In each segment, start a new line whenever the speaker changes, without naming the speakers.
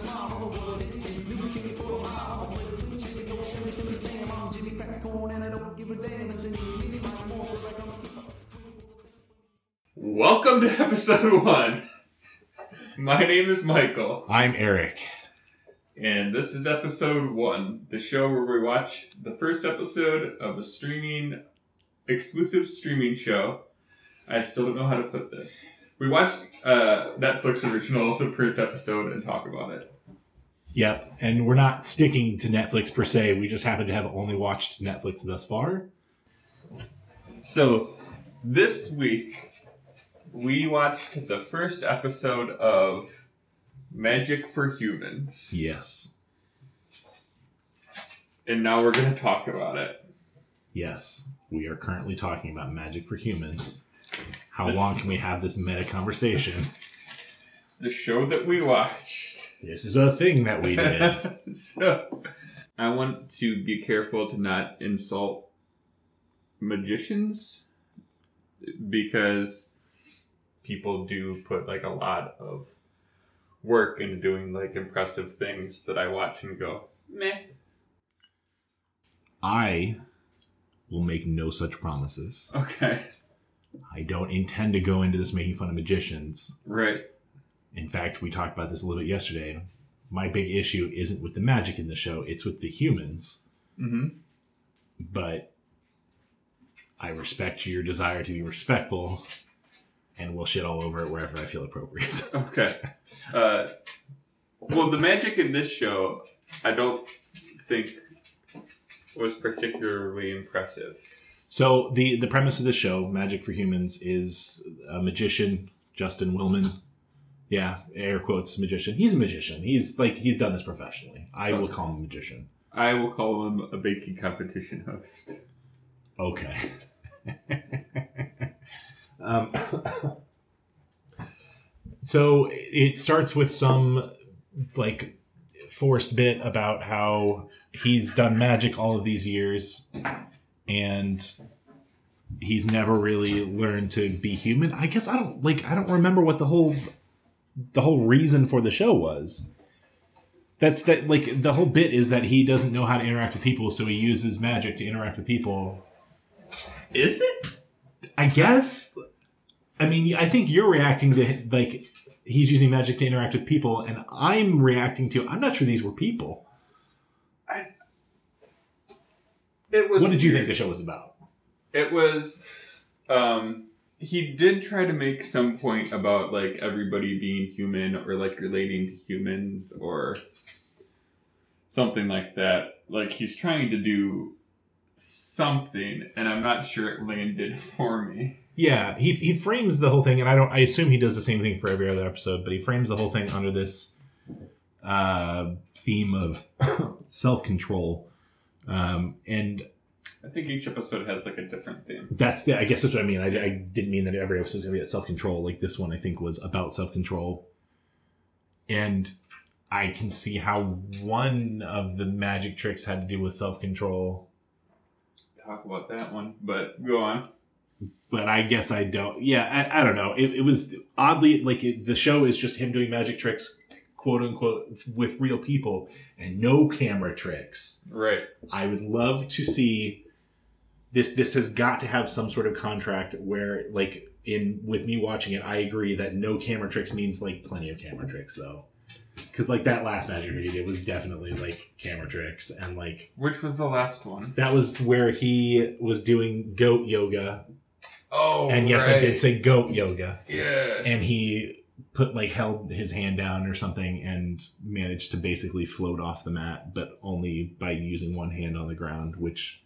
small world it is. Lubricated for a mile with blue chicken, no shimmy, shimmy, Sam. I'm Jimmy Crack Corn and I don't give a damn. It's in the mini mic more, but like I'm a keeper.
Welcome to episode one. My name is Michael,
I'm Eric.
and this is episode one, the show where we watch the first episode of a streaming, exclusive streaming show. I still don't know how to put this. We watched uh, Netflix original, the first episode, and talk about it.
Yep, and we're not sticking to Netflix per se. We just happen to have only watched Netflix thus far.
So, this week, we watched the first episode of Magic for Humans,
Yes,
and now we're going to talk about it.
yes, we are currently talking about Magic for Humans. How long can we have this meta conversation?
The show that we watched.
This is a thing that we did.
so, I want to be careful to not insult magicians because people do put like a lot of work into doing like impressive things that I watch and go, meh.
I will make no such promises.
Okay.
I don't intend to go into this making fun of magicians.
Right.
In fact, we talked about this a little bit yesterday. My big issue isn't with the magic in the show, it's with the humans.
hmm
but I respect your desire to be respectful and will shit all over it wherever I feel appropriate.
Okay. Uh, well, the magic in this show, I don't think was particularly impressive.
so the the premise of the show, Magic for Humans, is a magician, Justin Willman. Yeah, air quotes magician. He's a magician. He's like he's done this professionally. I will
Okay.
call him a magician.
I will call him a baking competition host.
Okay. um, so it starts with some like forced bit about how he's done magic all of these years and he's never really learned to be human. I guess I don't like I don't remember what the whole the whole reason for the show was. That's that like the whole bit is that he doesn't know how to interact with people, so he uses magic to interact with people
Is it?
I guess. I mean, I think you're reacting to like he's using magic to interact with people, and I'm reacting to. I'm not sure these were people.
It was.
What did you think the show was about?
It was. Um, he did try to make some point about like everybody being human or like relating to humans or something like that. Like he's trying to do something, and I'm not sure it landed for me.
Yeah, he he frames the whole thing, and I don't. I assume he does the same thing for every other episode, but he frames the whole thing under this uh, theme of self control, um, and
I think each episode has like a different theme.
that's the, I guess that's what I mean. I, I didn't mean that every episode's gonna be about self control. Like this one, I think was about self control, and I can see how one of the magic tricks had to do with self control,
Talk about that one, but go on.
but I guess I don't. Yeah, I, I don't know. It, it was oddly like it, the show is just him doing magic tricks, quote unquote, with real people and no camera tricks.
Right.
I would love to see this. This has got to have some sort of contract where, like, in with me watching it, I agree that no camera tricks means like plenty of camera tricks though, because like that last magic trick he did was definitely like camera tricks, and like
Which was the last one?
that was where he was doing goat yoga,
Oh,
and yes, I did say goat yoga,
Yeah.
and he put like held his hand down or something and managed to basically float off the mat but only by using one hand on the ground which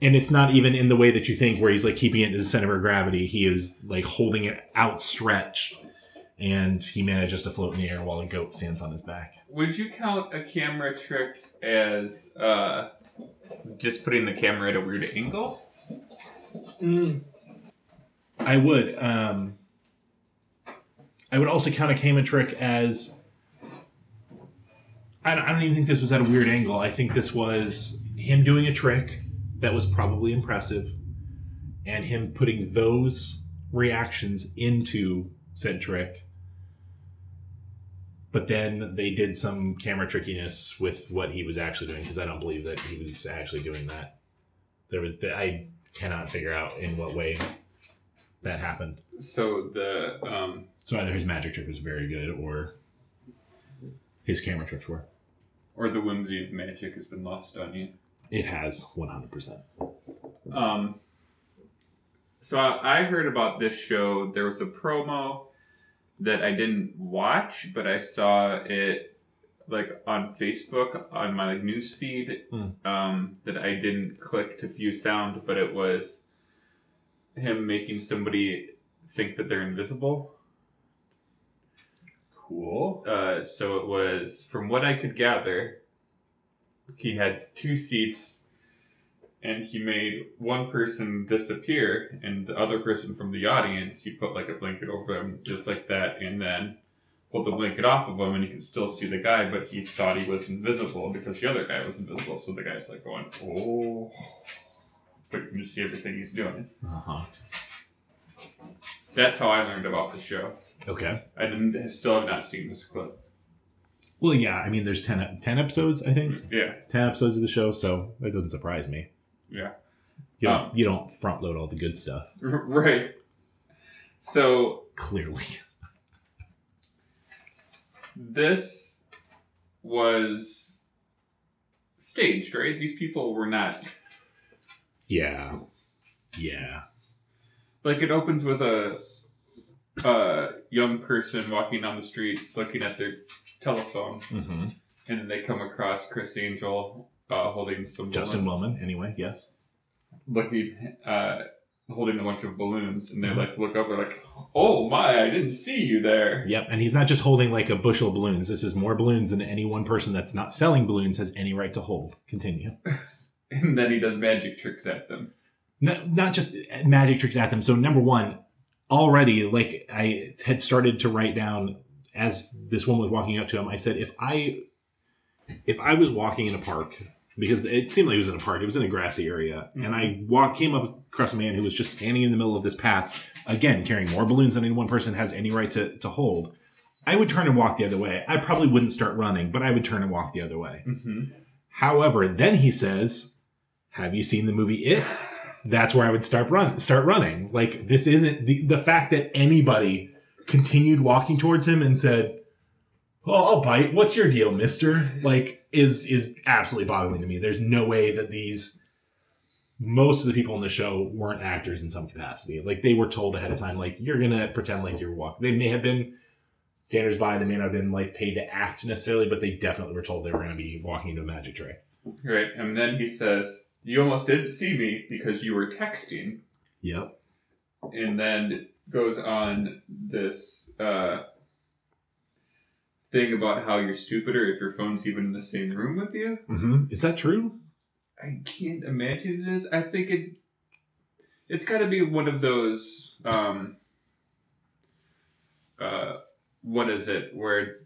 and it's not even in the way that you think where he's like keeping it in the center of gravity he is like holding it outstretched and he manages to float in the air while a goat stands on his back
Would you count a camera trick as uh, just putting the camera at a weird angle?
I would. Um, I would also count a Kama trick as. I don't, I don't even think this was at a weird angle. I think this was him doing a trick that was probably impressive, and him putting those reactions into said trick. But then they did some camera trickiness with what he was actually doing because I don't believe that he was actually doing that. There was that I cannot figure out in what way that happened.
So the um,
So either his magic trick was very good or his camera tricks were.
or the whimsy of magic has been lost on you.
It has 100%.
Um, so I, I heard about this show. There was a promo that I didn't watch, but I saw it like on Facebook on my like, news feed
Hmm.
um, that I didn't click to view sound, but it was him making somebody think that they're invisible.
Cool.
Uh, so it was, from what I could gather, he had two seats, and he made one person disappear, and the other person from the audience, he put like a blanket over them, just like that, and then pulled the blanket off of him, and you could still see the guy, but he thought he was invisible because the other guy was invisible. So the guy's like going, oh, but you can see everything he's doing.
Uh huh.
That's how I learned about the show.
Okay.
I didn't, still have not seen this clip.
Well, yeah, I mean, there's 10, 10 episodes, I think.
Yeah.
10 episodes of the show, so that doesn't surprise me.
Yeah.
You don't,
Um,
you don't front load all the good stuff,
Right. So
clearly.
this was staged, right? These people were not
Yeah. Yeah.
like it opens with a a young person walking down the street looking at their telephone,
Mm-hmm.
and then they come across Chris Angel uh, holding some
Justin Willman, anyway, yes.
looking uh, holding a bunch of balloons, and they like look up, they're like, "Oh my, I didn't see you there."
Yep, and he's not just holding like a bushel of balloons. This is more balloons than any one person that's not selling balloons has any right to hold. Continue.
And then he does magic tricks at them.
Not, not just magic tricks at them. So, number one, already, like I had started to write down as this woman was walking up to him, I said, if I. If I was walking in a park, because it seemed like it was in a park, it was in a grassy area, and I walk came up across a man who was just standing in the middle of this path, again carrying more balloons than any one person has any right to, to hold. I would turn and walk the other way. I probably wouldn't start running, but I would turn and walk the other way.
Mm-hmm.
However, then he says, "Have you seen the movie It?" That's where I would start run start running. Like this isn't the the fact that anybody continued walking towards him and said, "Oh, I'll bite. What's your deal, Mister?" Like is is absolutely boggling to me. There's no way that these most of the people in the show weren't actors in some capacity. Like they were told ahead of time, like you're gonna pretend like you're walking. They may have been standers by. They may not have been like paid to act necessarily, but they definitely were told they were gonna be walking into a magic trick.
Right, and then he says, "You almost didn't see me because you were texting,"
Yep.
and then goes on this uh, thing about how you're stupider if your phone's even in the same room with you.
hmm Is that true?
I can't imagine it is. I think it it's got to be one of those um uh what is it where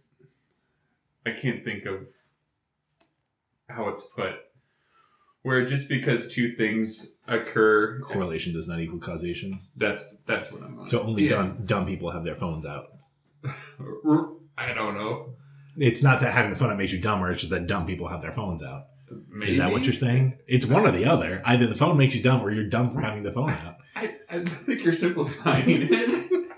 I can't think of how it's put where just because two things occur
Correlation does not equal causation.
that's that's what I'm on.
So only
Yeah.
dumb dumb people have their phones out.
I don't know.
It's not that having a phone out makes you dumber. It's just that dumb people have their phones out.
Maybe.
Is that what you're saying? It's one or the other. Either the phone makes you dumb, or you're dumb for having the phone out.
I, I think you're simplifying it.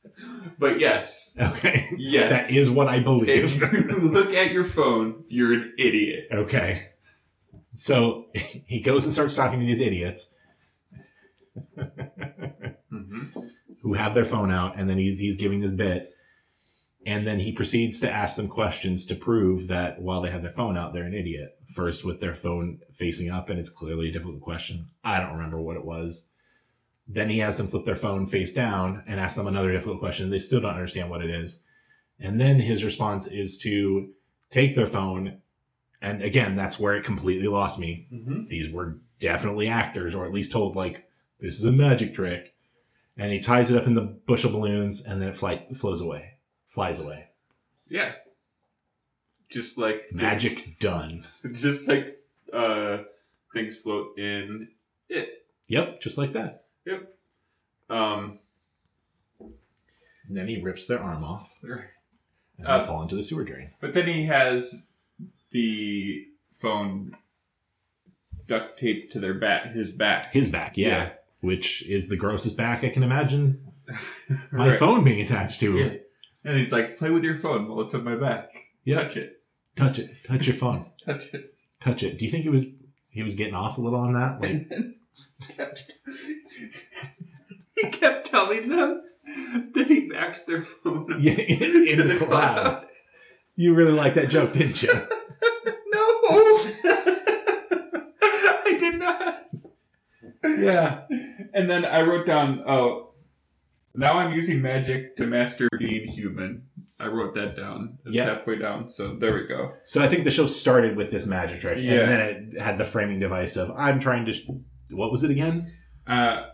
but yes.
Okay.
Yes.
That is what I believe.
If you look at your phone, you're an idiot.
Okay. So he goes and starts talking to these idiots Mm-hmm. who have their phone out, and then he's, he's giving this bit. And then he proceeds to ask them questions to prove that while they have their phone out, they're an idiot. First, with their phone facing up, and it's clearly a difficult question. I don't remember what it was. Then he has them flip their phone face down and ask them another difficult question. They still don't understand what it is. And then his response is to take their phone. And again, that's where it completely lost me
Mm-hmm.
these were definitely actors, or at least told like this is a magic trick. And he ties it up in the bushel balloons, and then it flies, flows away, flies away.
Yeah. Just like
Magic done.
Just like uh, things float in.
Yep, just like that.
Um,
And then he rips their arm off. and
Uh,
they fall into the sewer drain.
But then he has the phone duct taped to their back, his back.
His back, yeah,
Yeah.
which is the grossest back I can imagine my
Right.
phone being attached to.
Yeah. And he's like, play with your phone while it's on my back. Touch it.
Touch it, touch your phone,
Touch it.
touch it. Do you think he was he was getting off a little on that? Like,
He kept telling them that he backed their phone up
yeah, in,
to
the cloud. You really liked that joke, didn't you?
No! I did not. Yeah. And then I wrote down, oh, now I'm using magic to master being human. I wrote that down. It's
Yeah.
halfway down, so there we go.
So I think the show started with this magic trick,
Yeah.
and then it had the framing device of I'm trying to. Sh- what was it again?
Uh,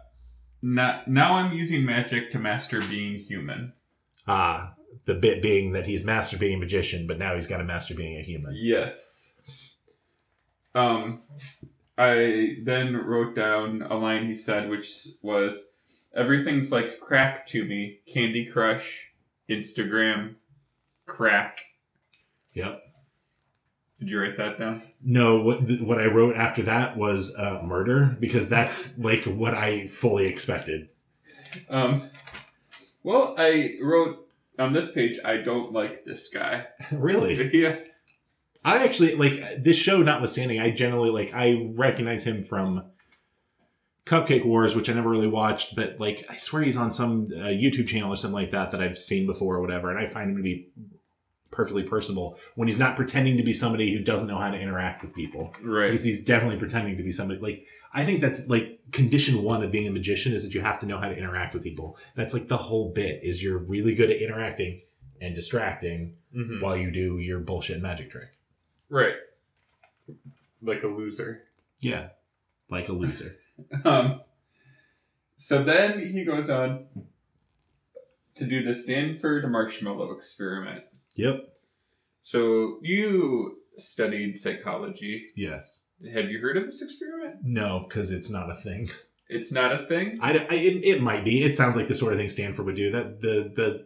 now, now I'm using magic to master being human.
Ah, the bit being that he's master being a magician, but now he's got to master being a human.
Yes. Um, I then wrote down a line he said, which was, "Everything's like crack to me: Candy Crush, Instagram, crack."
Yep.
Did you write that down?
No, what th- what I wrote after that was uh, murder because that's like what I fully expected.
Um, well, I wrote on this page, "I don't like this guy."
really,
yeah.
I actually like this show. Notwithstanding, I generally like I recognize him from Cupcake Wars, which I never really watched, but like I swear he's on some uh, YouTube channel or something like that that I've seen before or whatever, and I find him to be perfectly personable when he's not pretending to be somebody who doesn't know how to interact with people.
Right.
Because he's definitely pretending to be somebody. Like I think that's like condition one of being a magician is that you have to know how to interact with people. That's like the whole bit is you're really good at interacting and distracting
Mhm.
while you do your bullshit magic trick.
Right. Like a loser.
Yeah. Like a loser.
Um, so then he goes on to do the Stanford marshmallow experiment.
yep.
So you studied psychology.
Yes.
Have you heard of this experiment?
No, because it's not a thing.
It's not a thing.
I, I- it, it might be. It sounds like the sort of thing Stanford would do. That the the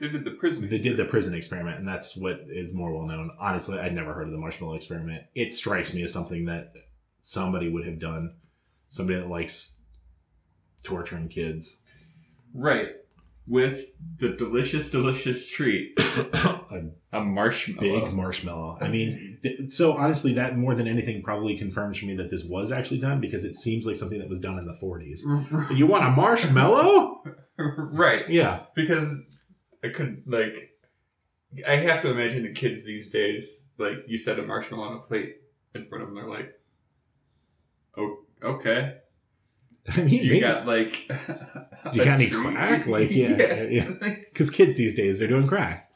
They did the prison.
they did the
experiment.
prison experiment, and that's what is more well known. Honestly, I'd never heard of the marshmallow experiment. It strikes me as something that somebody would have done. Somebody that likes torturing kids.
right with the delicious, delicious treat,
a
a marshmallow.
big marshmallow. I mean, th- so honestly, that more than anything probably confirms for me that this was actually done because it seems like something that was done in the 40s. You want a marshmallow?
right,
Yeah.
because I could like, I have to imagine the kids these days. Like you set a marshmallow on a plate in front of them, they're like, "Oh, okay."
I mean,
you
maybe-
got like
you
a
got any
tree?
crack? Like, yeah. yeah. Because kids these days, they're doing crack.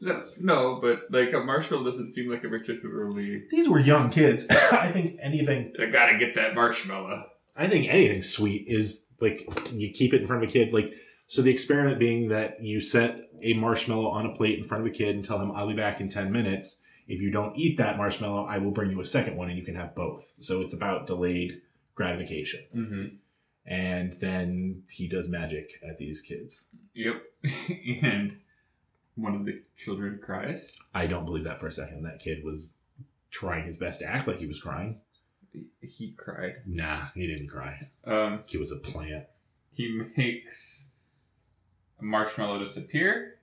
no, no, but like a marshmallow doesn't seem like a particularly.
These were young kids. I think anything,
I gotta get that marshmallow.
I think anything sweet is like you keep it in front of a kid. Like, so the experiment being that you set a marshmallow on a plate in front of a kid and tell him, I'll be back in 10 minutes. If you don't eat that marshmallow, I will bring you a second one and you can have both. So it's about delayed gratification.
Mm-hmm.
And then he does magic at these kids.
Yep. and one of the children cries.
I don't believe that for a second. That kid was trying his best to act like he was crying.
He cried.
Nah, he didn't cry.
Um,
He was a plant.
he makes a marshmallow disappear.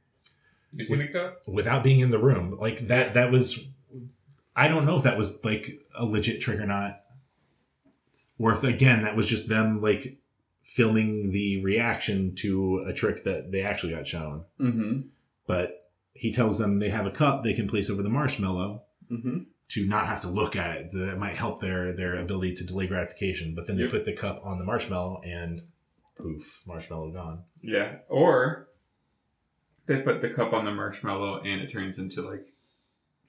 You see
Wait.
me go?
without being in the room. Like that that was I don't know if that was like a legit trick or not. Or if again that was just them like filming the reaction to a trick that they actually got shown.
Mm-hmm.
But he tells them they have a cup they can place over the marshmallow
Mm-hmm.
to not have to look at it. That might help their their ability to delay gratification. But then
Yep.
they put the cup on the marshmallow and poof, marshmallow gone.
Yeah. Or they put the cup on the marshmallow and it turns into like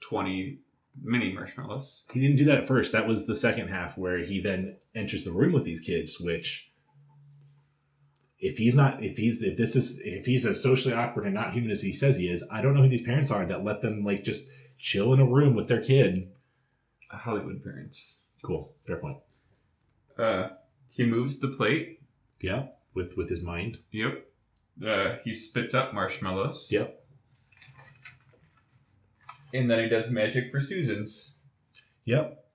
twenty mini marshmallows.
He didn't do that at first. That was the second half where he then enters the room with these kids, which if he's not if he's if this is if he's as socially awkward and not human as he says he is, I don't know who these parents are that let them like just chill in a room with their kid.
Hollywood parents.
Cool. Fair point.
Uh, he moves the plate.
Yeah. With with his mind.
Yep. Uh, he spits up marshmallows.
Yep.
and then he does magic for Susan's.
Yep.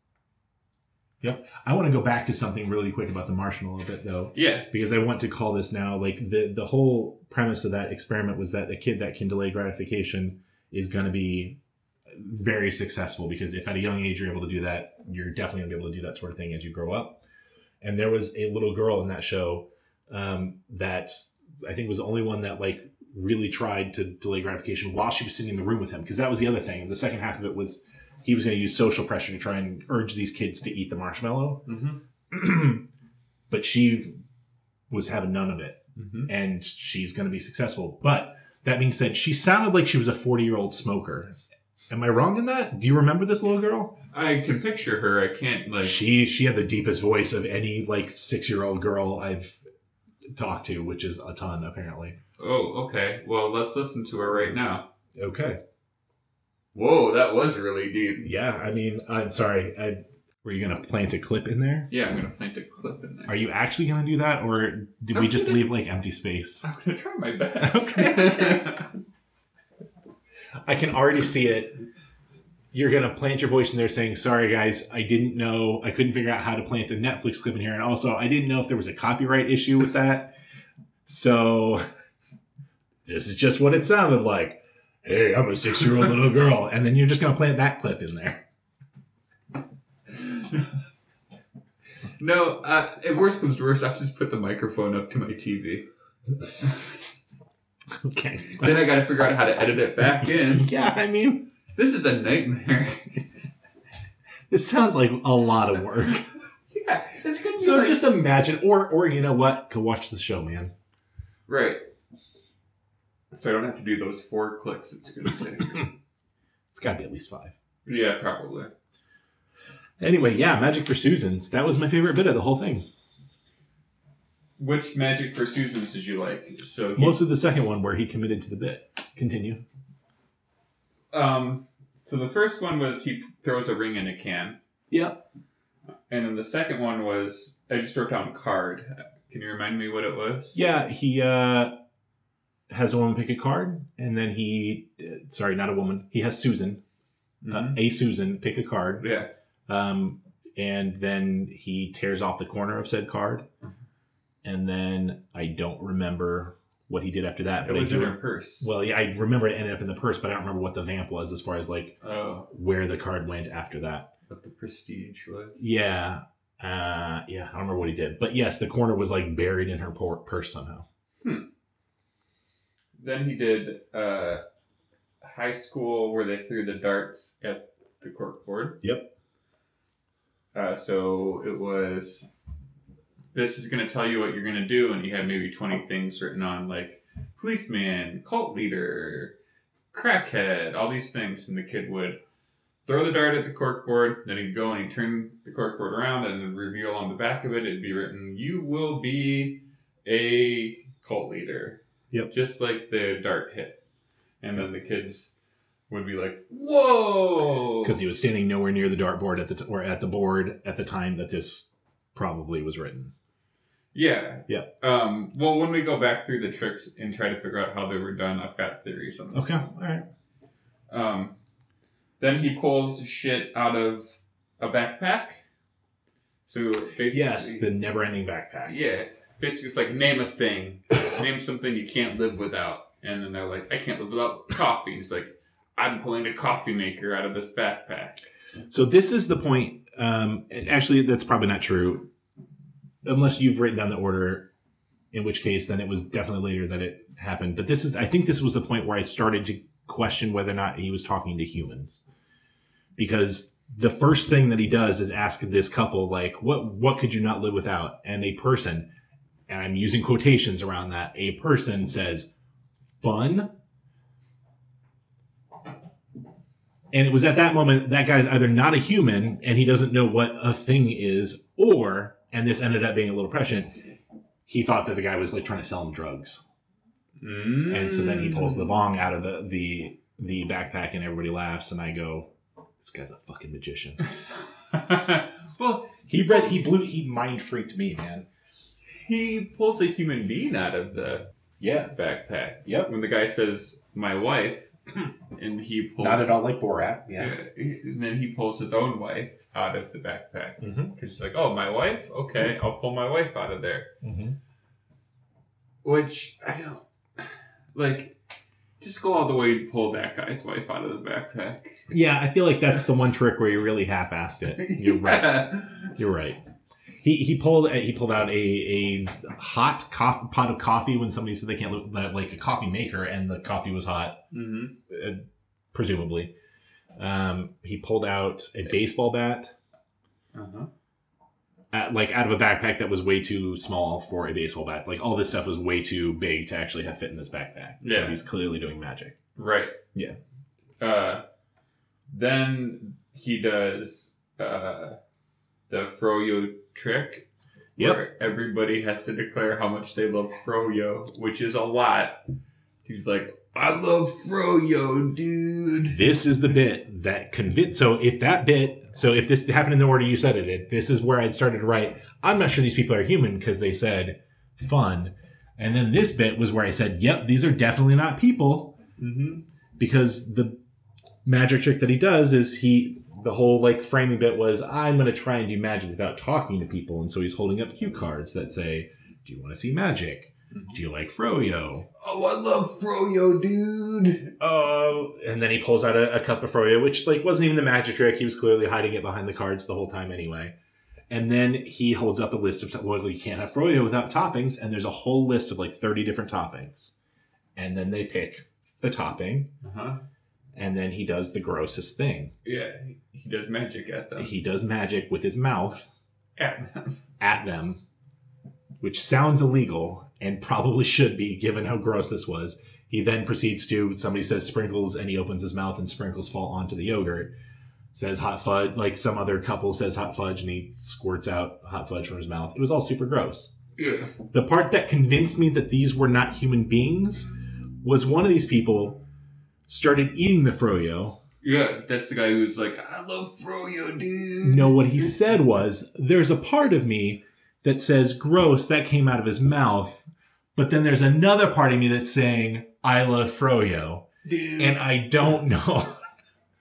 Yep. I want to go back to something really quick about the Martian a little bit though,
Yeah.
because I want to call this now like the the whole premise of that experiment was that a kid that can delay gratification is going to be very successful because if at a young age you're able to do that, you're definitely going to be able to do that sort of thing as you grow up. And there was a little girl in that show um, that I think was the only one that like really tried to delay gratification while she was sitting in the room with him because that was the other thing. The second half of it was he was going to use social pressure to try and urge these kids to eat the marshmallow,
Mm-hmm.
but she was having none of it
Mm-hmm.
and she's going to be successful. But that being said, she sounded like she was a 40 year old smoker. Am I wrong in that? Do you remember this little girl?
I can picture her. I can't like.
Uh, She she had the deepest voice of any like six year old girl I've talked to, which is a ton apparently.
Oh, okay. Well, let's listen to her right now.
Okay.
Whoa, that was really deep.
Yeah, I mean, I'm sorry. I, were you gonna plant a clip in there?
Yeah, I'm gonna plant a clip in there.
Are you actually gonna do that, or did we just leave like empty space?
I'm gonna try my best.
Okay. I can already see it. You're gonna plant your voice in there saying, "Sorry, guys, I didn't know. I couldn't figure out how to plant a Netflix clip in here, and also I didn't know if there was a copyright issue with that. So this is just what it sounded like. Hey, I'm a six-year-old little girl, and then you're just gonna plant that clip in there.
no, uh, if worse comes to worse, I'll just put the microphone up to my TV.
Okay.
Then I gotta figure out how to edit it back in.
yeah, I mean,
This is a nightmare.
this sounds like a lot of work.
yeah, it's gonna be
So
like-
just imagine, or or you know what? Go watch the show, man.
right. So I don't have to do those four clicks. It's gonna take.
It's got to be at least five.
yeah, probably.
Anyway, yeah, Magic for Susans. That was my favorite bit of the whole thing.
Which magic for Susan's did you like? So he-
Most of the second one where he committed to the bit. Continue.
Um, so the first one was he throws a ring in a can.
Yeah.
And then the second one was I just wrote down card. Can you remind me what it was?
Yeah, he uh, has a woman pick a card, and then he, uh, sorry, not a woman. He has Susan, uh,
Mhm.
a Susan, pick a card,
yeah.
um, and then he tears off the corner of said card,
Mm-hmm.
and then I don't remember what he did after that.
It
But I
was in
do.
her purse.
Well, yeah, I remember it ended up in the purse, but I don't remember what the vamp was as far as like
oh,
where the card went after that.
what the prestige was.
Yeah. Uh, yeah, I don't remember what he did, but yes, the corner was like buried in her por- purse somehow.
Then he did uh, high school where they threw the darts at the corkboard.
Yep.
Uh, so it was. This is going to tell you what you're going to do, and you had maybe 20 things written on like policeman, cult leader, crackhead, all these things, and the kid would throw the dart at the corkboard. Then he'd go and he'd turn the corkboard around, and it'd reveal on the back of it, it'd be written, "You will be a cult leader." just like the dart hit. And then the kids would be like, "Whoa!"
Because he was standing nowhere near the dartboard at the t- or at the board at the time that this probably was written.
yeah,
Yeah.
Um, well, when we go back through the tricks and try to figure out how they were done, I've got theories on this.
Okay, all right.
Um, then he pulls shit out of a backpack. So basically,
Yes, the never-ending backpack.
yeah, basically it's like name a thing, name something you can't live without, and then they're like, "I can't live without coffee." He's like, "I'm pulling a coffee maker out of this backpack."
So this is the point. Um, and actually, that's probably not true, unless you've written down the order. In which case, then it was definitely later that it happened. But this is, I think, this was the point where I started to question whether or not he was talking to humans, because the first thing that he does is ask this couple, like, "What what could you not live without?" And a person, and I'm using quotations around that, a person says, "Fun." And it was at that moment that guy's either not a human and he doesn't know what a thing is, or and this ended up being a little prescient. He thought that the guy was like trying to sell him drugs, and so then he pulls the bong out of the the the backpack, and everybody laughs. And I go, "This guy's a fucking magician."
Mm. well,
He read, he blew, he mind freaked me, man.
he pulls a human being out of the
Yeah,
backpack.
Yep.
When the guy says, "My wife," and he pulls
Not at all like Borat. Yes.
Yeah, and then he pulls his own wife out of the backpack
Mm-hmm.
because he's like, "Oh, my wife? Okay, I'll pull my wife out of there."
Mm-hmm.
Which I don't like. Just go all the way and pull that guy's wife out of the backpack.
Yeah, I feel like that's the one trick where you really half-assed it. You're right. You're right. He he pulled he pulled out a a hot coff pot of coffee when somebody said they can't look that like a coffee maker and the coffee was hot uh,
hmm
presumably. Um, he pulled out a baseball bat
Uh-huh.
at, like out of a backpack that was way too small for a baseball bat. Like all this stuff was way too big to actually have fit in this backpack.
Yeah.
So he's clearly doing magic.
Right.
Yeah.
Uh, then he does uh, the Froyo trick.
Yep.
Where everybody has to declare how much they love Froyo, which is a lot. He's like, I love Froyo, dude.
This is the bit that convinced. So if that bit, so if this happened in the order you said it, in, this is where I'd started to write. I'm not sure these people are human because they said fun, and then this bit was where I said, "Yep, these are definitely not people,"
Mm-hmm.
because the magic trick that he does is he the whole like framing bit was I'm going to try and do magic without talking to people, and so he's holding up cue cards that say, "Do you want to see magic? Do you like Froyo?"
Oh, I love Froyo, dude.
oh and then he pulls out a, a cup of froyo which like wasn't even the magic trick he was clearly hiding it behind the cards the whole time anyway and then he holds up a list of well you can't have froyo without toppings and there's a whole list of like 30 different toppings and then they pick the topping
Uh-huh.
and then he does the grossest thing
Yeah, he does magic at them.
he does magic with his mouth
At them.
at them which sounds illegal and probably should be given how gross this was he then proceeds to somebody says sprinkles and he opens his mouth and sprinkles fall onto the yogurt says hot fudge like some other couple says hot fudge and he squirts out hot fudge from his mouth it was all super gross
Yeah.
the part that convinced me that these were not human beings was one of these people started eating the froyo
Yeah, that's the guy who's like, I love Froyo, dude.
no what he said was there's a part of me that says gross that came out of his mouth but then there's another part of me that's saying i love froyo
Dude.
and i don't know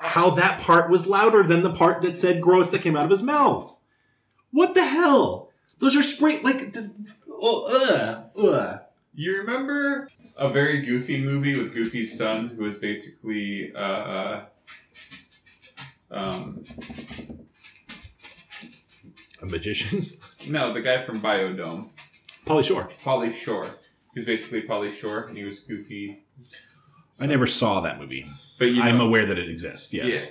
how that part was louder than the part that said gross that came out of his mouth what the hell those are spray like the, oh, uh. ugh, ugh.
You remember a very goofy movie with Goofy's son, who was basically uh, um,
a magician
no, the guy from Biodome,
polly shore
Polly Shore. He was basically Polly Shore, and he was goofy.
i never saw that movie
But you know,
i'm aware that it exists yes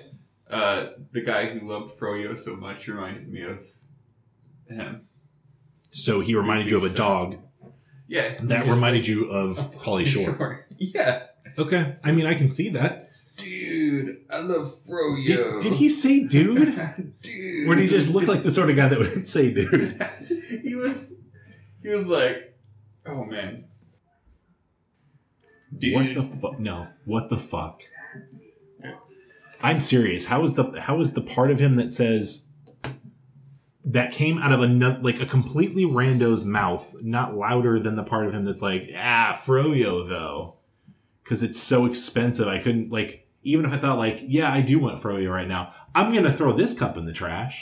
yeah, uh, the guy who loved Froyo so much reminded me of him.
so he reminded you of a dog
Yeah,
that reminded you of polly shore
Yeah,
Okay. I mean, I can see that.
dude, I love Froyo.
Did, did he say dude?
dude.
Or did he just look like the sort of guy that would say dude?
he was he was like, oh man. Dude,
What the fuck? No. What the fuck? I'm serious. How is the how is the part of him that says that came out of a nu- like a completely rando's mouth not louder than the part of him that's like ah froyo though because it's so expensive I couldn't like even if I thought like yeah I do want froyo right now I'm gonna throw this cup in the trash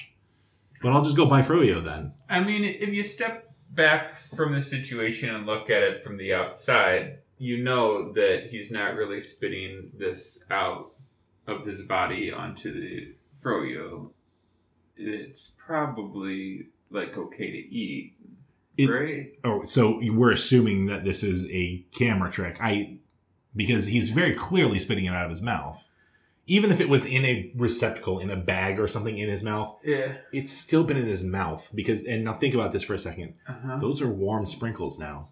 but I'll just go buy froyo then
I mean, if you step back from the situation and look at it from the outside, you know that he's not really spitting this out of his body onto the froyo. It's probably like okay to eat,
It-
right?
Oh, so we're assuming that this is a camera trick. I because he's very clearly spitting it out of his mouth. Even if it was in a receptacle, in a bag or something in his mouth,
Yeah.
it's still been in his mouth because and now think about this for a second.
Uh-huh.
Those are warm sprinkles now.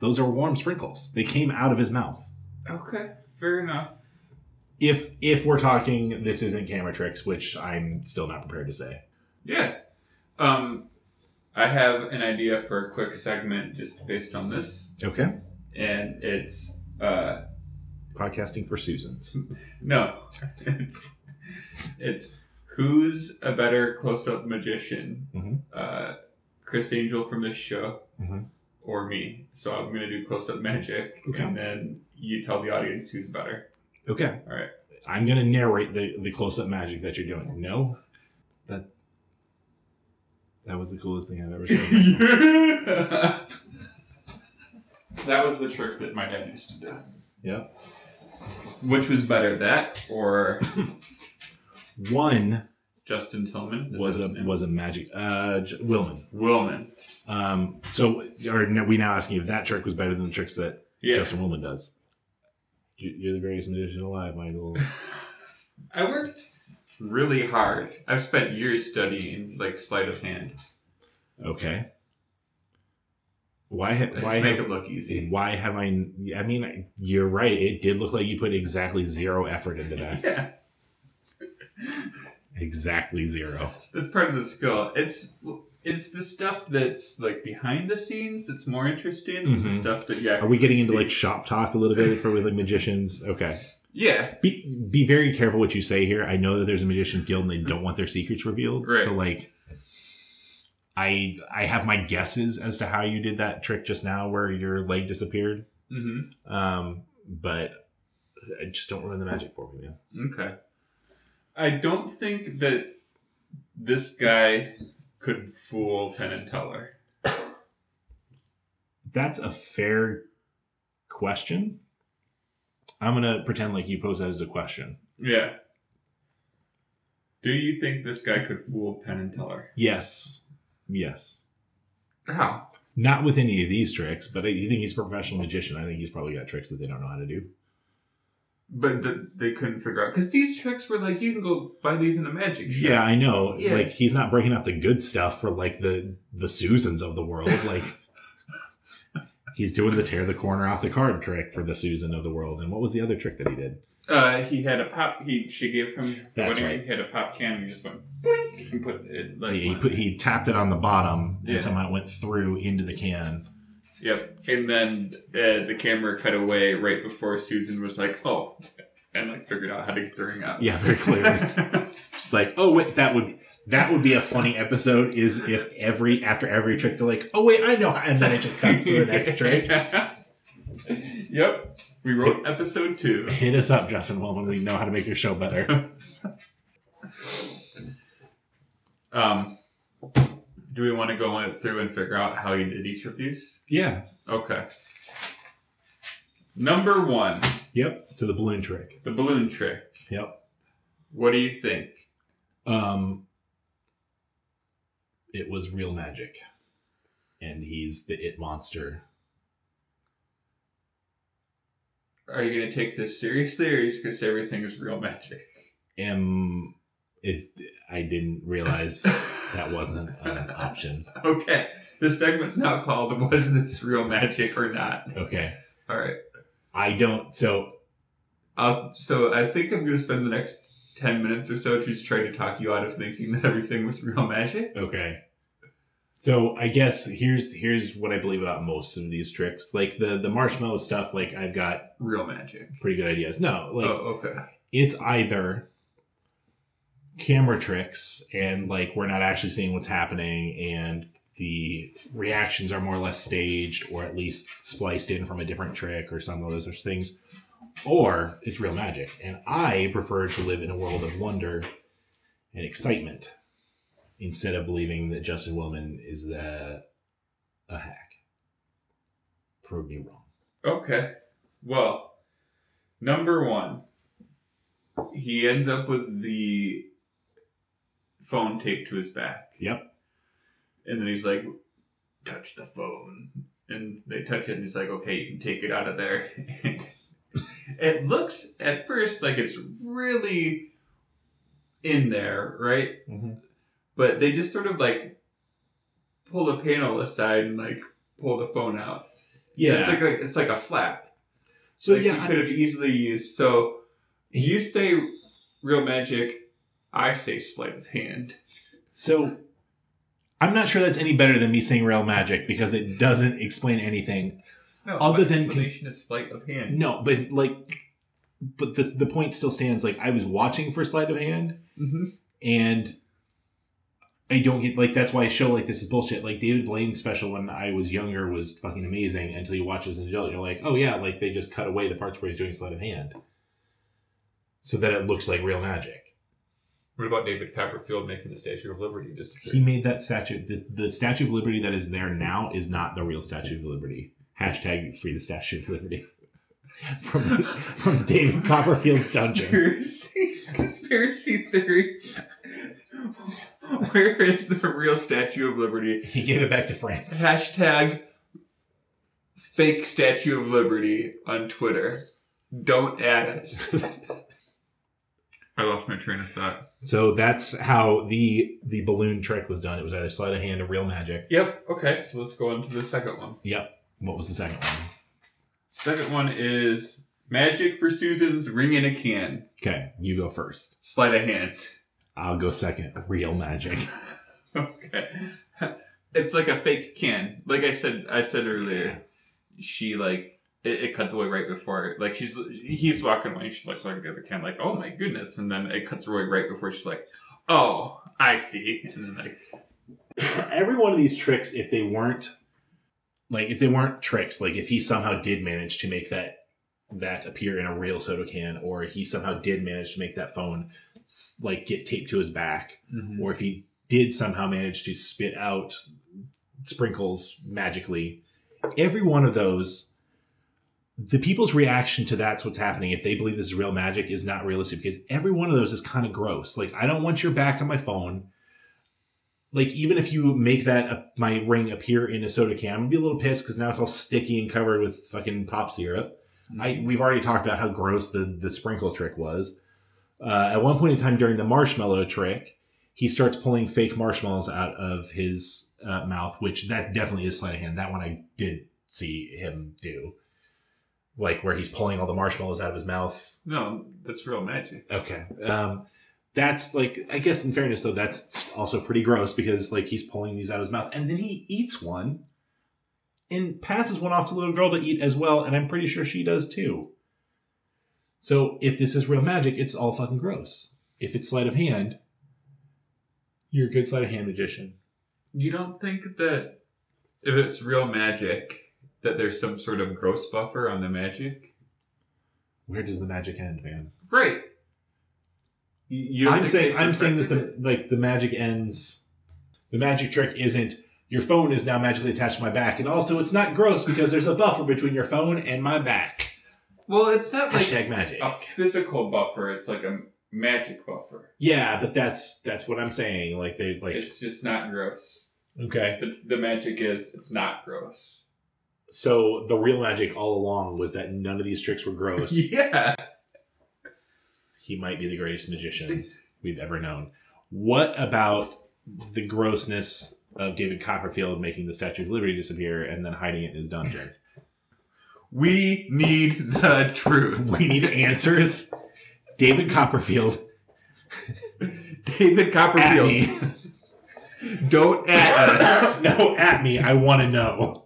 Those are warm sprinkles. They came out of his mouth.
Okay, fair enough.
If if we're talking this isn't camera tricks, which I'm still not prepared to say.
Yeah. Um, I have an idea for a quick segment just based on this,
Okay.
and it's uh,
Podcasting for Susans.
no, it's, it's who's a better close-up magician,
Mhm.
uh, Chris Angel from this show,
Mhm.
or me. So I'm gonna do close up magic,
Okay.
and then you tell the audience who's better.
Okay.
All right.
I'm gonna narrate the, the close up magic that you're doing. No. That that was the coolest thing I've ever seen.
that was the trick that my dad used to do.
yeah.
Which was better, that or
One
Justin Tillman? Is
was
that
a
his name?
was a magic uh J- Willman.
Willman.
Um so are no- we now asking if that trick was better than the tricks that
Yeah.
Justin Willman does. You- You're the greatest magician alive, Michael.
I worked really hard. I've spent years studying like sleight of hand.
Okay. Why ha-
I just
why
make
have
it look easy.
why have I? I mean, you're right. It did look like you put exactly zero effort into that.
Yeah,
exactly zero.
that's part of the skill. It's it's the stuff that's like behind the scenes that's more interesting than
Mhm.
the stuff that yeah.
Are we getting into like shop talk a little bit for with like magicians? Okay.
yeah?
Be be very careful what you say here. I know that there's a magician guild and they don't want their secrets revealed.
Right.
So like. I I have my guesses as to how you did that trick just now where your leg disappeared,
Mm-hmm.
um, but I just don't ruin the magic for me, man.
Okay. I don't think that this guy could fool Penn and Teller.
That's a fair question. I'm gonna pretend like you pose that as a question.
Yeah. Do you think this guy could fool Penn and Teller?
Yes. Yes.
How?
Not with any of these tricks, but I you think he's a professional magician. I think he's probably got tricks that they don't know how to do.
But the, they couldn't figure out because these tricks were like you can go buy these in a magic shop.
Yeah, I know.
Yeah.
Like he's not breaking out the good stuff for like the the Susans of the world. Like he's doing the tear the corner off the card trick for the Susan of the world. And what was the other trick that he did?
Uh, he had a pop. He she gave him.
That's
what do you-
right.
He had a pop can and he just went boink and put it like.
he put he tapped it on the bottom
Yeah.
and somehow it went through into the can.
Yep. And then uh, the camera cut away right before Susan was like, oh, and like figured out how to get the ring out.
Yeah, very clearly. It's like, oh wait, that would that would be a funny episode is if every after every trick they're like, oh wait, I know, and then it just cuts to the next trick.
yep. We wrote episode two.
Hit us up, Justin Wellman. We know how to make your show better.
Um, do we want to go in- through and figure out how you did each of these?
Yeah.
Okay. Number one,
Yep. So the balloon trick.
the balloon trick.
Yep.
What do you think?
Um. It was real magic, and he's the it monster.
Are you gonna take this seriously, or are you just gonna say everything is real magic?
Um. It. I didn't realize that wasn't an option.
okay. This segment's now called "Was This Real Magic or Not?"
Okay.
All right.
I don't. So
I'll, so I think I'm gonna spend the next ten minutes or so just trying to talk you out of thinking that everything was real magic.
Okay. So I guess here's here's what I believe about most of these tricks. Like the the marshmallow stuff, like I've got
Real magic.
pretty good ideas. No, like
oh, okay.
it's either camera tricks and like we're not actually seeing what's happening and the reactions are more or less staged or at least spliced in from a different trick or some of those sorts of things or it's real magic and i prefer to live in a world of wonder and excitement instead of believing that justin willman is the, a hack prove me wrong
Okay. Well, number one, he ends up with the phone taped to his back.
Yep.
And then he's like, touch the phone. And they touch it, and he's like, okay, you can take it out of there. it looks at first like it's really in there, right? But they just sort of like pull the panel aside and like pull the phone out. It's like a, it's like a flap.
so
like
yeah
you
I-
could have easily used. So you say real magic, I say sleight of hand.
So I'm not sure that's any better than me saying real magic because it doesn't explain anything.
No,
Other
my
than-
explanation is sleight of hand.
No, but like but the the point still stands like I was watching for sleight of hand
Mm-hmm.
and I don't get like that's why a show like this is bullshit. Like David Blaine's special when I was younger was fucking amazing until you watch it as an adult, you're like, oh yeah, like they just cut away the parts where he's doing sleight of hand, so that it looks like real magic.
What about David Copperfield making the Statue of Liberty disappear?
He made that statue. The, the Statue of Liberty that is there now is not the real Statue of Liberty. Hashtag free the Statue of Liberty from from David Copperfield's dungeon.
Conspiracy, conspiracy theory. Where is the real Statue of Liberty?
He gave it back to France.
Hashtag fake Statue of Liberty on Twitter. Don't add us. I lost my train of thought.
So that's how the the balloon trick was done. It was either sleight of hand or real magic.
Yep. Okay. So let's go on to the second one.
Yep. What was the second one?
Second one is magic for Susan's ring in a can.
Okay, you go first.
Sleight of hand.
I'll go second. Real magic.
Okay. It's like a fake can. Like I said, I said earlier, she like it, it cuts away right before. Like she's he's walking away. She's like looking at the can, like oh my goodness, and then it cuts away right before she's like, oh I see, and then like
Every one of these tricks, if they weren't like if they weren't tricks, like if he somehow did manage to make that that appear in a real soda can, or he somehow did manage to make that phone like get taped to his back,
Mm-hmm.
or if he did somehow manage to spit out sprinkles magically, every one of those, the people's reaction to that's what's happening, if they believe this is real magic, is not realistic because every one of those is kind of gross. Like, I don't want your back on my phone. Like, even if you make that uh, my ring appear in a soda can, I'm gonna be a little pissed because now it's all sticky and covered with fucking pop syrup. I we've already talked about how gross the the sprinkle trick was. Uh, at one point in time during the marshmallow trick, he starts pulling fake marshmallows out of his uh, mouth, which that definitely is sleight of hand. That one I did see him do, like where he's pulling all the marshmallows out of his mouth.
no, that's real magic.
Okay, um, that's like I guess in fairness though, that's also pretty gross because like he's pulling these out of his mouth and then he eats one, and passes one off to the little girl to eat as well, and I'm pretty sure she does too. So if this is real magic, it's all fucking gross. If it's sleight of hand, you're a good sleight of hand magician.
You don't think that if it's real magic that there's some sort of gross buffer on the magic?
Where does the magic end, man?
Right. You
I'm saying I'm saying that the like the magic ends. The magic trick isn't your phone is now magically attached to my back, and also it's not gross because there's a buffer between your phone and my back.
well, it's not like
Hashtag magic.
a physical buffer. It's like a magic buffer.
Yeah, but that's that's what I'm saying. Like there's like
It's just not gross.
okay.
The, the magic is it's not gross.
So the real magic all along was that none of these tricks were gross.
Yeah.
he might be the greatest magician we've ever known. What about the grossness of David Copperfield making the Statue of Liberty disappear and then hiding it in his dungeon?
We need the truth.
We need answers. David Copperfield,
David
at
Copperfield.
me. uh,
Don't at us.
no, at me. I want to know.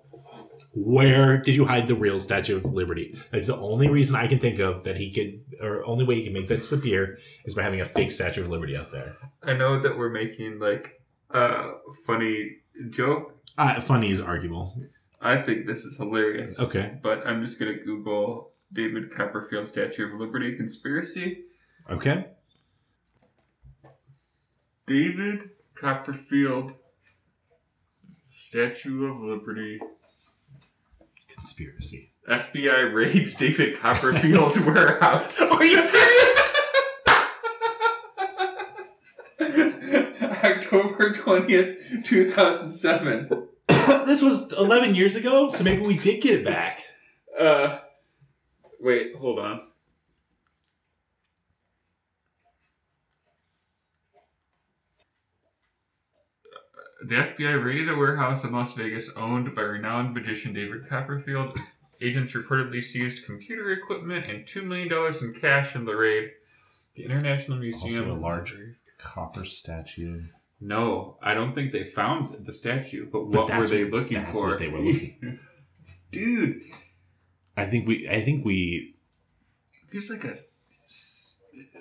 Where did you hide the real Statue of Liberty? That's the only reason I can think of that he could, or only way he can make that disappear is by having a fake Statue of Liberty out there.
I know that we're making like a funny joke.
Uh, funny is arguable.
I think this is hilarious.
Okay.
But I'm just gonna Google David Copperfield Statue of Liberty conspiracy.
Okay.
David Copperfield Statue of Liberty.
Conspiracy.
FBI raids David Copperfield's warehouse.
Are you serious?
October 20th, 2007.
this was 11 years ago, so maybe we did get it back.
Uh, wait, hold on. The FBI raided a warehouse in Las Vegas owned by renowned magician David Copperfield. Agents reportedly seized computer equipment and $2 million in cash in the raid. The International Museum.
a large- Copper statue.
No, I don't think they found the statue, but
But
what were
that's
they
what-
looking
that's
for?
what they were looking
Dude,
I think we. I think we.
there's like a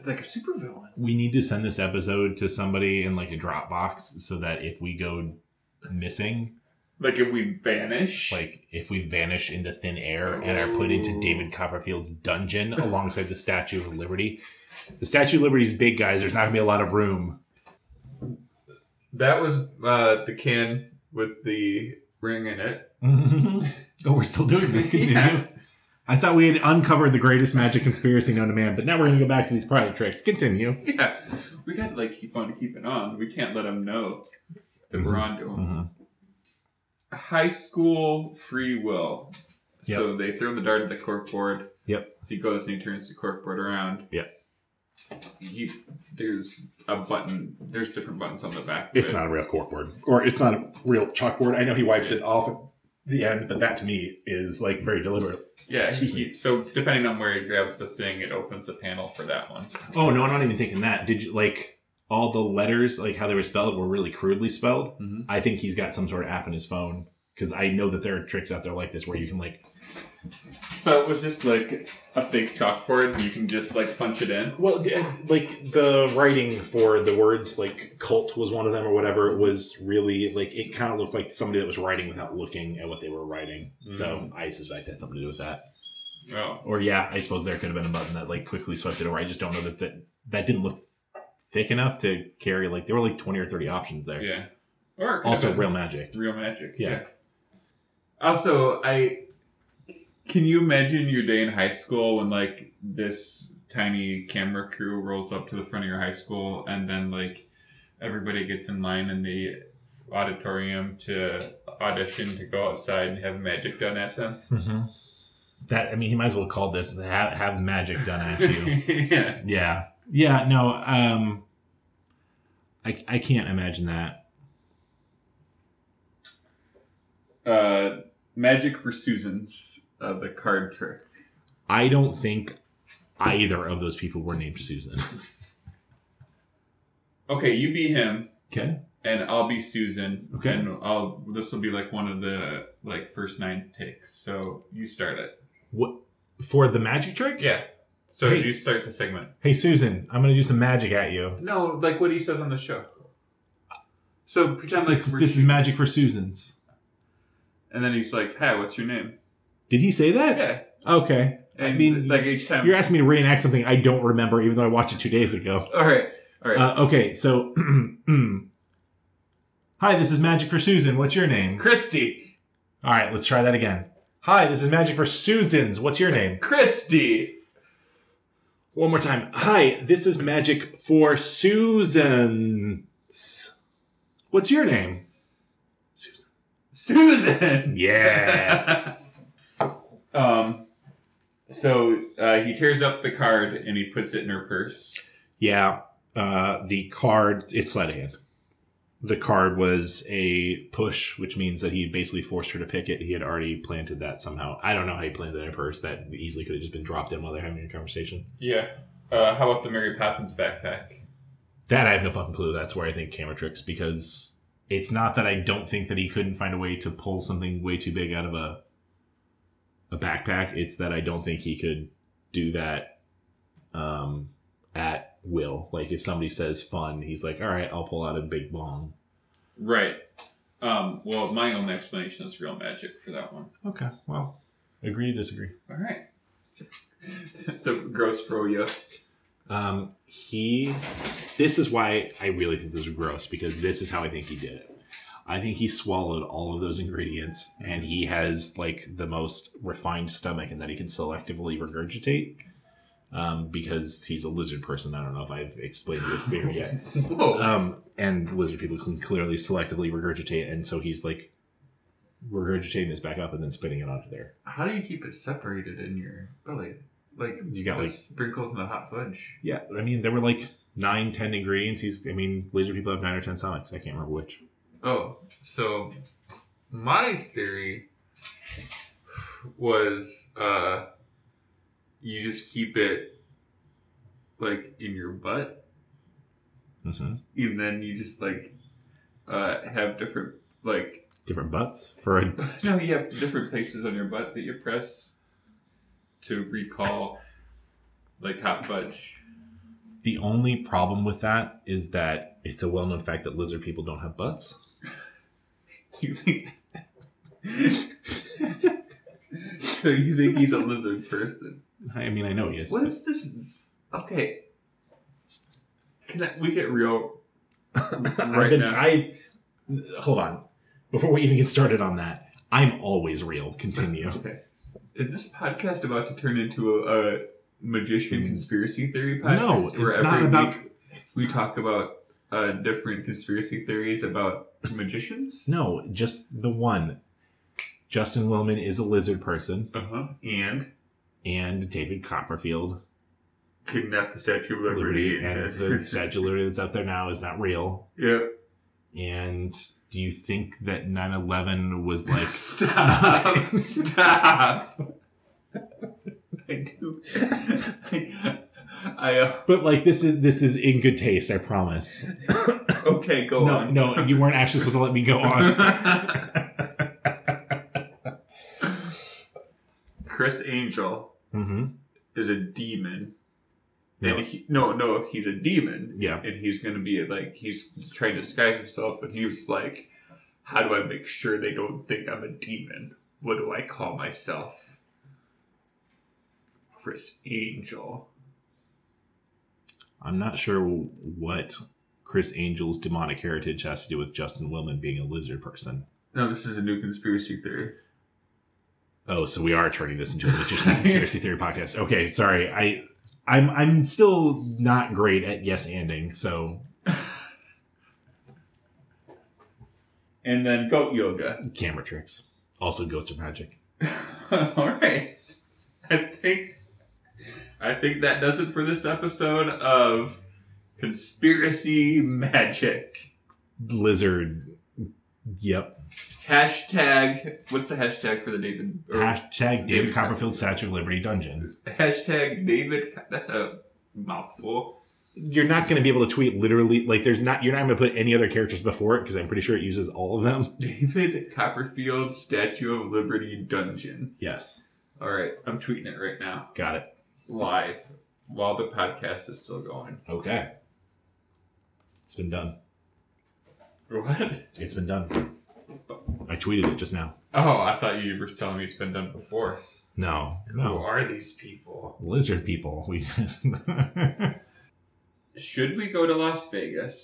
like a supervillain.
We need to send this episode to somebody in like a Dropbox so that if we go missing,
Like if we vanish,
like if we vanish into thin air and are put into David Copperfield's dungeon alongside the Statue of Liberty, the Statue of Liberty's big, guys. There's not gonna be a lot of room.
that was uh, the can with the ring in it.
oh, we're still doing this. Continue.
Yeah.
I thought we had uncovered the greatest magic conspiracy known to man, but now we're gonna go back to these private tricks. Continue.
Yeah, we gotta like keep on keeping on. We can't let them know that
Mm-hmm.
we're on to them. High school free will.
Yep.
So they throw the dart at the corkboard.
Yep.
He goes and he turns the corkboard around.
Yep.
He, there's a button. There's different buttons on the back. of
It's
it.
not a real corkboard, or it's not a real chalkboard. I know he wipes it off at the end, but that to me is like very deliberate.
Yeah. He, he- so depending on where he grabs the thing, it opens the panel for that one.
Oh no, I'm not even thinking that. Did you like all the letters, like how they were spelled, were really crudely spelled?
Mhm.
I think he's got some sort of app in his phone because I know that there are tricks out there like this where you can like.
So it was just like a fake chalkboard. and You can just like punch it in.
Well, uh, like the writing for the words like cult was one of them or whatever. It was really like it kind of looked like somebody that was writing without looking at what they were writing. So
Mhm.
I suspect had something to do with that.
Oh.
Mm-hmm. or yeah, I suppose there could have been a button that like quickly swept it over. I just don't know that that, that didn't look thick enough to carry like there were like twenty or thirty options there.
Yeah. Or it could have
Also,
been
real magic.
real magic.
Yeah.
Also, I can you imagine your day in high school when like this tiny camera crew rolls up to the front of your high school and then like everybody gets in line in the auditorium to audition to go outside and have magic done at them.
Mm-hmm. That I mean, he might as well call this have, have magic done at you.
yeah.
yeah, yeah. No, um, I I can't imagine that.
Uh, magic for Susan's uh, the card trick.
I don't think either of those people were named Susan.
Okay, you be him.
Okay.
and I'll be Susan.
Okay.
And I'll this will be like one of the like first nine takes. So you start it.
For the magic trick?
Yeah. So
Hey.
you start the segment.
Hey Susan, I'm gonna do some magic at you.
No, like what he says on the show. So pretend like
This,
we're
this is magic for Susans.
and then he's like, "Hi, what's your name?"
Did he say that?
Yeah.
Okay.
And
I mean,
like each time.
You're asking me to reenact something I don't remember, even though I watched it two days ago.
all right. All right.
Uh, okay, so. Hi, this is Magic for Susan. What's your name?
Christy.
All right, let's try that again. Hi, this is Magic for Susan's. What's your name?
Christy.
One more time. Hi, this is Magic for Susan's. What's your name?
Susan.
Yeah.
um. So uh, he tears up the card and he puts it in her purse.
Yeah, uh, the card, it's sleight of hand. The card was a push, which means that he basically forced her to pick it. He had already planted that somehow. I don't know how he planted that in her purse. That easily could have just been dropped in while they're having a conversation.
Yeah. Uh, how about the Mary Poppins backpack?
That I have no fucking clue. That's where I think camera tricks, because it's not that I don't think that he couldn't find a way to pull something way too big out of a a backpack. It's that I don't think he could do that um, at will. Like if somebody says fun, he's like, all right, I'll pull out a big bong.
Right. Um, well, my own explanation is real magic for that one.
Okay, well, agree to disagree.
All right. the gross bro, yeah.
Um, he. This is why I really think this is gross because this is how I think he did it. I think he swallowed all of those ingredients and he has like the most refined stomach and that he can selectively regurgitate. Um, because he's a lizard person. I don't know if I've explained this theory yet.
Whoa.
Um, and lizard people can clearly selectively regurgitate, and so he's like regurgitating this back up and then spitting it onto there.
How do you keep it separated in your belly? Like
You got,
the
like-
sprinkles in the hot fudge.
Yeah, I mean there were like nine, ten ingredients. He's, I mean, lizard people have nine or ten stomachs. I can't remember which.
Oh, so my theory was uh, you just keep it like in your butt.
hmm
and then you just like uh, have different like
Different butts for a.
no you have different places on your butt that you press to recall like hot fudge
The only problem with that is that it's a well known fact that lizard people don't have butts.
You think? so you think he's a lizard person?
I mean, I know he is.
What is this? Okay. Can I, we get real?
I've
Right
been,
now.
I hold on. Before we even get started on that, I'm always real. Continue.
Okay. Is this podcast about to turn into a, a magician conspiracy theory podcast?
No,
where
it's not
every
about-
week we talk about uh, different conspiracy theories about magicians.
No, just the one. Justin Willman is a lizard person,
Uh huh. And
and David Copperfield,
kidnap the Statue of Liberty.
Liberty, and the Statue of Liberty that's out there now is not real.
yeah.
And do you think that 9/11 was like?
Stop! Stop! I do. I, I
But like this is this is in good taste, I promise.
uh, okay. Go
no,
on.
no, you weren't actually supposed to let me go on.
Chris Angel
hmm
is a demon.
No,
And he, no, no, he's a demon,
yeah.
and he's gonna be like he's trying to disguise himself, and he was like, "How do I make sure they don't think I'm a demon? What do I call myself?" Chris Angel.
I'm not sure what Chris Angel's demonic heritage has to do with Justin Willman being a lizard person.
No, this is a new conspiracy theory.
Oh, so we are turning this into a magician conspiracy theory podcast. Okay, sorry. I I'm I'm still not great at yes anding, so
And then goat yoga.
camera tricks. Also goats are magic.
All right. I think I think that does it for this episode of conspiracy magic.
Lizard Yep.
Hashtag what's the hashtag for the David or
Hashtag David Copperfield Statue of Liberty Dungeon.
hashtag David that's a mouthful.
You're not gonna be able to tweet literally like there's not you're not gonna put any other characters before it because I'm pretty sure it uses all of them.
David Copperfield Statue of Liberty Dungeon.
Yes.
All right, I'm tweeting it right now.
Got it.
Live while the podcast is still going.
Okay. It's been done.
What?
It's been done. I tweeted it just now.
Oh, I thought you were telling me it's been done before.
No,
Who
no.
are these people?
Lizard people. We
Should we go to Las Vegas?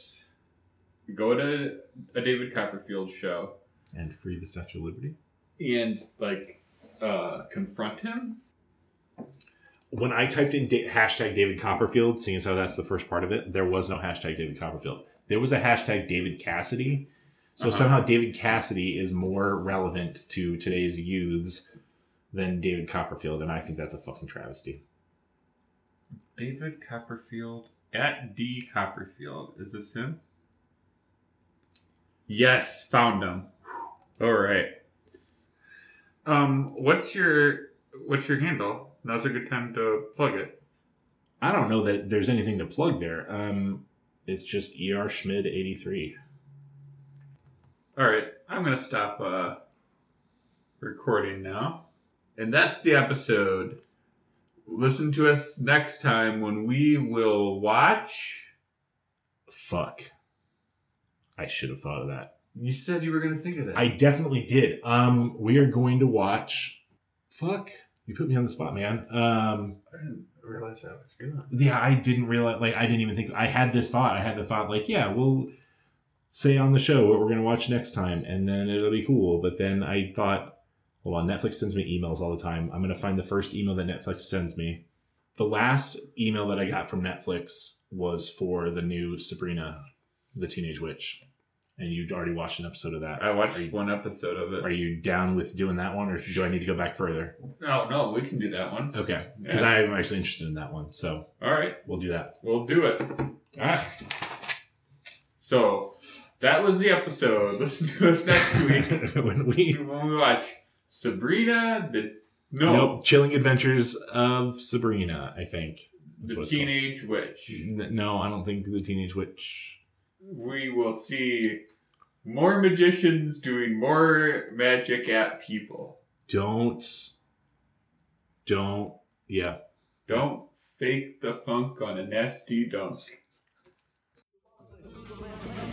Go to a David Copperfield show
and free the Statue of Liberty.
and like uh, confront him?
When I typed in da- hashtag David Copperfield, seeing as how that's the first part of it, there was no hashtag David Copperfield. There was a hashtag David Cassidy. So
Uh-huh.
somehow David Cassidy is more relevant to today's youths than David Copperfield, and I think that's a fucking travesty.
David Copperfield at D Copperfield. Is this him? Yes, found him. All right. Um, what's your what's your handle? Now's a good time to plug it.
I don't know that there's anything to plug there. Um, it's just ER Schmid 83.
All right, I'm gonna stop uh, recording now, and that's the episode. Listen to us next time when we will watch.
Fuck. I should have thought of that.
You said you were gonna think of that.
I definitely did. Um, we are going to watch. Fuck. You put me on the spot, man. Um,
I didn't realize that was gone.
yeah, I didn't realize. Like, I didn't even think. I had this thought. I had the thought, like, yeah, we'll say on the show what we're gonna watch next time, and then it'll be cool. But then I thought, hold on, Netflix sends me emails all the time. I'm gonna find the first email that Netflix sends me. The last email that I got from Netflix was for the new Sabrina, the Teenage Witch, and you'd already watched an episode of that.
I watched one episode of
Are
it.
you down with doing that one, or do I need to go back further?
No, no, we can do that one.
Okay, because
Yeah.
I'm actually interested in that one, so
All right,
we'll do that.
we'll do it.
All right.
So that was the episode. Listen to us next week
when we
when we watch Sabrina the no
nope, chilling adventures of Sabrina, I think. That's
the
what it's
teenage witch.
called. N- No, I don't think the teenage witch.
we will see more magicians doing more magic at people.
Don't, don't, yeah.
Don't
Fake the funk on a nasty dunk.
Who's the last man?